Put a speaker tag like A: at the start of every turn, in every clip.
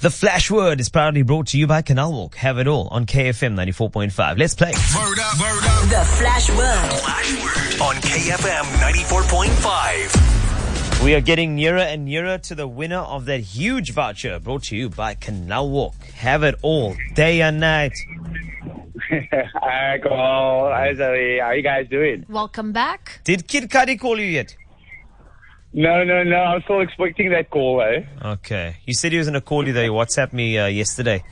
A: The Flash Word is proudly brought to you by Canal Walk. Have it all on KFM 94.5. Let's play.
B: Word up, word up.
C: The Flash Word.
B: Flash word on KFM 94.5.
A: We are getting nearer and nearer to the winner of that huge voucher brought to you by Canal Walk. Have it all day and night.
D: Hi, Cole. Hi, Zoe. How you guys doing?
E: Welcome back.
A: Did Kid Cudi call you yet?
D: No, no, no. I'm still expecting that call, eh?
A: Okay. You said he was going to call you though. You WhatsApp me uh, yesterday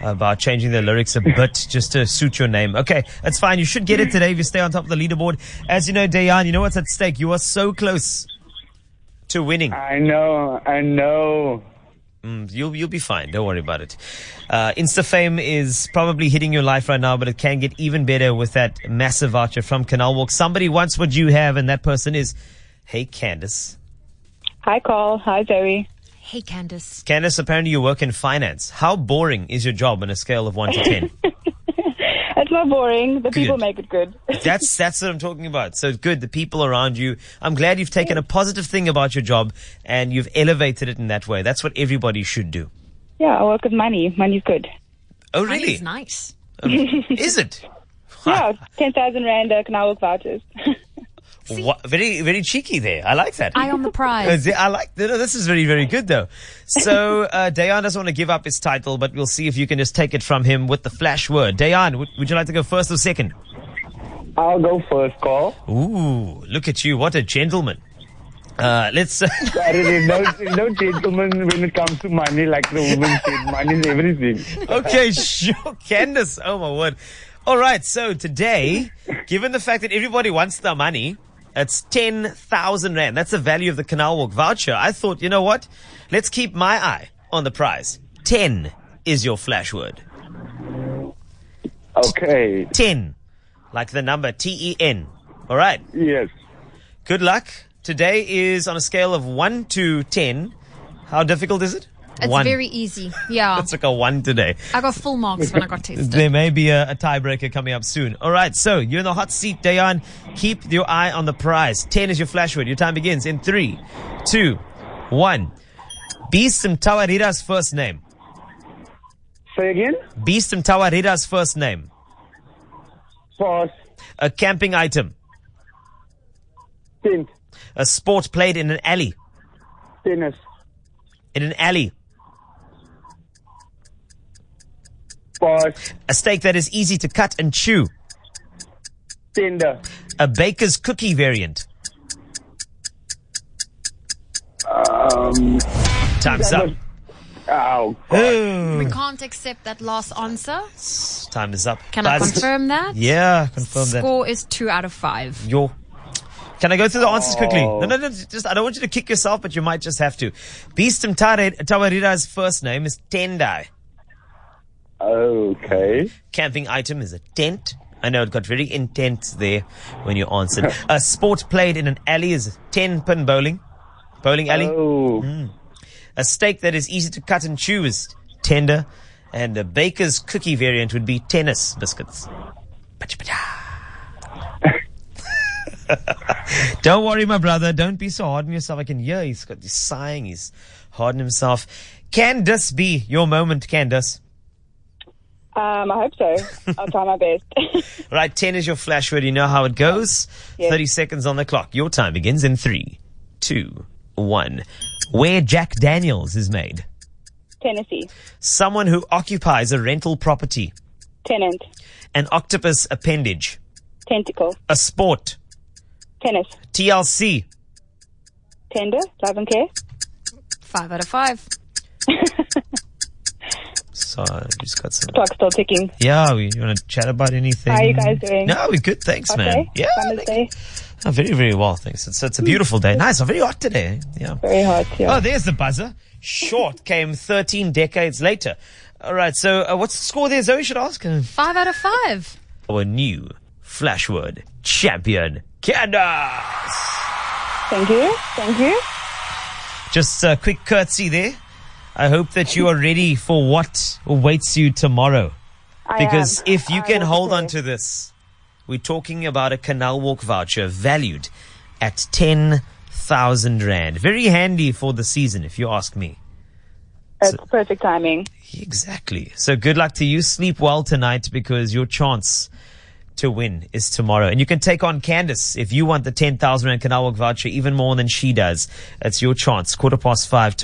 A: about changing the lyrics a bit just to suit your name. Okay, that's fine. You should get it today if you stay on top of the leaderboard. As you know, Dayan, you know what's at stake. You are so close to winning.
D: I know, I know.
A: Mm, You'll you'll be fine. Don't worry about it. Uh, InstaFame is probably hitting your life right now, but it can get even better with that massive voucher from Canal Walk. Somebody wants what you have, and that person is, hey Candice.
F: Hi, Carl. Hi, Zoe.
E: Hey, Candice.
A: Candice, apparently you work in finance. How boring is your job on a scale of one to ten?
F: It's not boring. The people
A: Good.
F: make it good.
A: That's that's what I'm talking about. So good, the people around you. I'm glad you've taken a positive thing about your job and you've elevated it in that way. That's what everybody should do.
F: yeah, I work with money. Money's good.
A: Oh
E: Money's
A: really?
E: nice.
A: Is it?
F: Yeah, 10,000 Rand uh, Canal Walk vouchers.
A: Wha- very very cheeky there. I like that.
E: Eye on the
A: Uh,
E: prize.
A: th- I like no, no, this is very very good though. So uh, Dayan doesn't want to give up his title, but we'll see if you can just take it from him with the flash word. Dayan, would, would you like to go first or second?
D: I'll go first, Carl.
A: Ooh, look at you! What a gentleman. Uh, let's.
D: There is no, no gentleman when it comes to money like the woman said. Money is everything.
A: okay, sure, Candace. Oh my word! All right, so today, given the fact that everybody wants their money, it's ten thousand rand. That's the value of the Canal Walk voucher. I thought, you know what? Let's keep my eye on the prize. Ten is your flash word.
D: Okay.
A: 10, like the number T E N. All right.
D: Yes.
A: Good luck. Today is on a scale of 1 to 10. How difficult is it?
E: It's
A: 1.
E: very easy. Yeah.
A: It's like a 1 today.
E: I got full marks when I got tested.
A: There may be a, a tiebreaker coming up soon. All right. So you're in the hot seat, Dayan. Keep your eye on the prize. 10 is your flash word. Your time begins in three, two, one. 2, 1. Bism Tawarira's first name.
D: Say again?
A: Bism Tawarira's first name.
D: Pass.
A: A camping item.
D: Tent.
A: A sport played in an alley.
D: Tennis.
A: In an alley.
D: Pass.
A: A steak that is easy to cut and chew.
D: Tender.
A: A baker's cookie variant.
D: Um,
A: Time's up.
D: ow.
A: Ooh.
E: We can't accept that last answer.
A: Time is up.
E: Can I
A: Buzzed.
E: confirm that?
A: Yeah, confirm that.
E: Score is two out of five.
A: Yo. Can I go through the answers quickly? No,
D: Oh.
A: no, no. Just I don't want you to kick yourself, but you might just have to. Beastum Tare- Tawarira's first name is Tendai.
D: Okay.
A: Camping item is a tent. I know it got very intense there when you answered. a sport played in an alley is ten pin bowling. Bowling alley.
D: Oh.
A: A steak that is easy to cut and chew is tender, and a baker's cookie variant would be tennis biscuits. Pacha-pacha. Don't worry, my brother. Don't be so hard on yourself. I can hear he's got he's sighing. He's hard on himself. Can this be your moment, Candace?
F: Um, I hope so. I'll try my best.
A: Right, 10 is your flash word. You know how it goes. 30 seconds on the clock. Your time begins in three, two, one. Where Jack Daniels is made.
F: Tennessee.
A: Someone who occupies a rental property.
F: Tenant.
A: an octopus appendage,
F: Tentacle.
A: a sport,
F: Tennis.
A: TLC,
F: Tender. Love and care.
E: Five out of five.
A: So I just got some.
F: Clock's still ticking.
A: Yeah, we, you want to chat about anything?
F: How you guys doing?
A: No, we're good. Thanks, man.
F: Okay.
A: Yeah,
F: Summer's
A: thank-
F: day.
A: oh, very, very well. Thanks. It's, it's a beautiful day. Nice. Very hot today. Yeah.
F: Very hot. Yeah.
A: Oh, there's the buzzer. Short came 13 decades later. All right. So uh, what's the score there, Zoe? Should ask. Uh,
E: Five out of five.
A: Our new Flashword champion, Candace.
F: Thank you. Thank you.
A: Just a quick curtsy there. I hope that you are ready for what awaits you tomorrow.
F: I
A: Because
F: am.
A: if you
F: I
A: can
F: will
A: hold
F: be
A: on
F: there.
A: to this, we're talking about a canal walk voucher valued at 10,000 Rand. Very handy for the season, if you ask me.
F: It's perfect timing.
A: Exactly. So good luck to you. Sleep well tonight because your chance to win is tomorrow. And you can take on Candace if you want the 10,000 Rand Canal Walk voucher even more than she does. That's your chance. Quarter past five.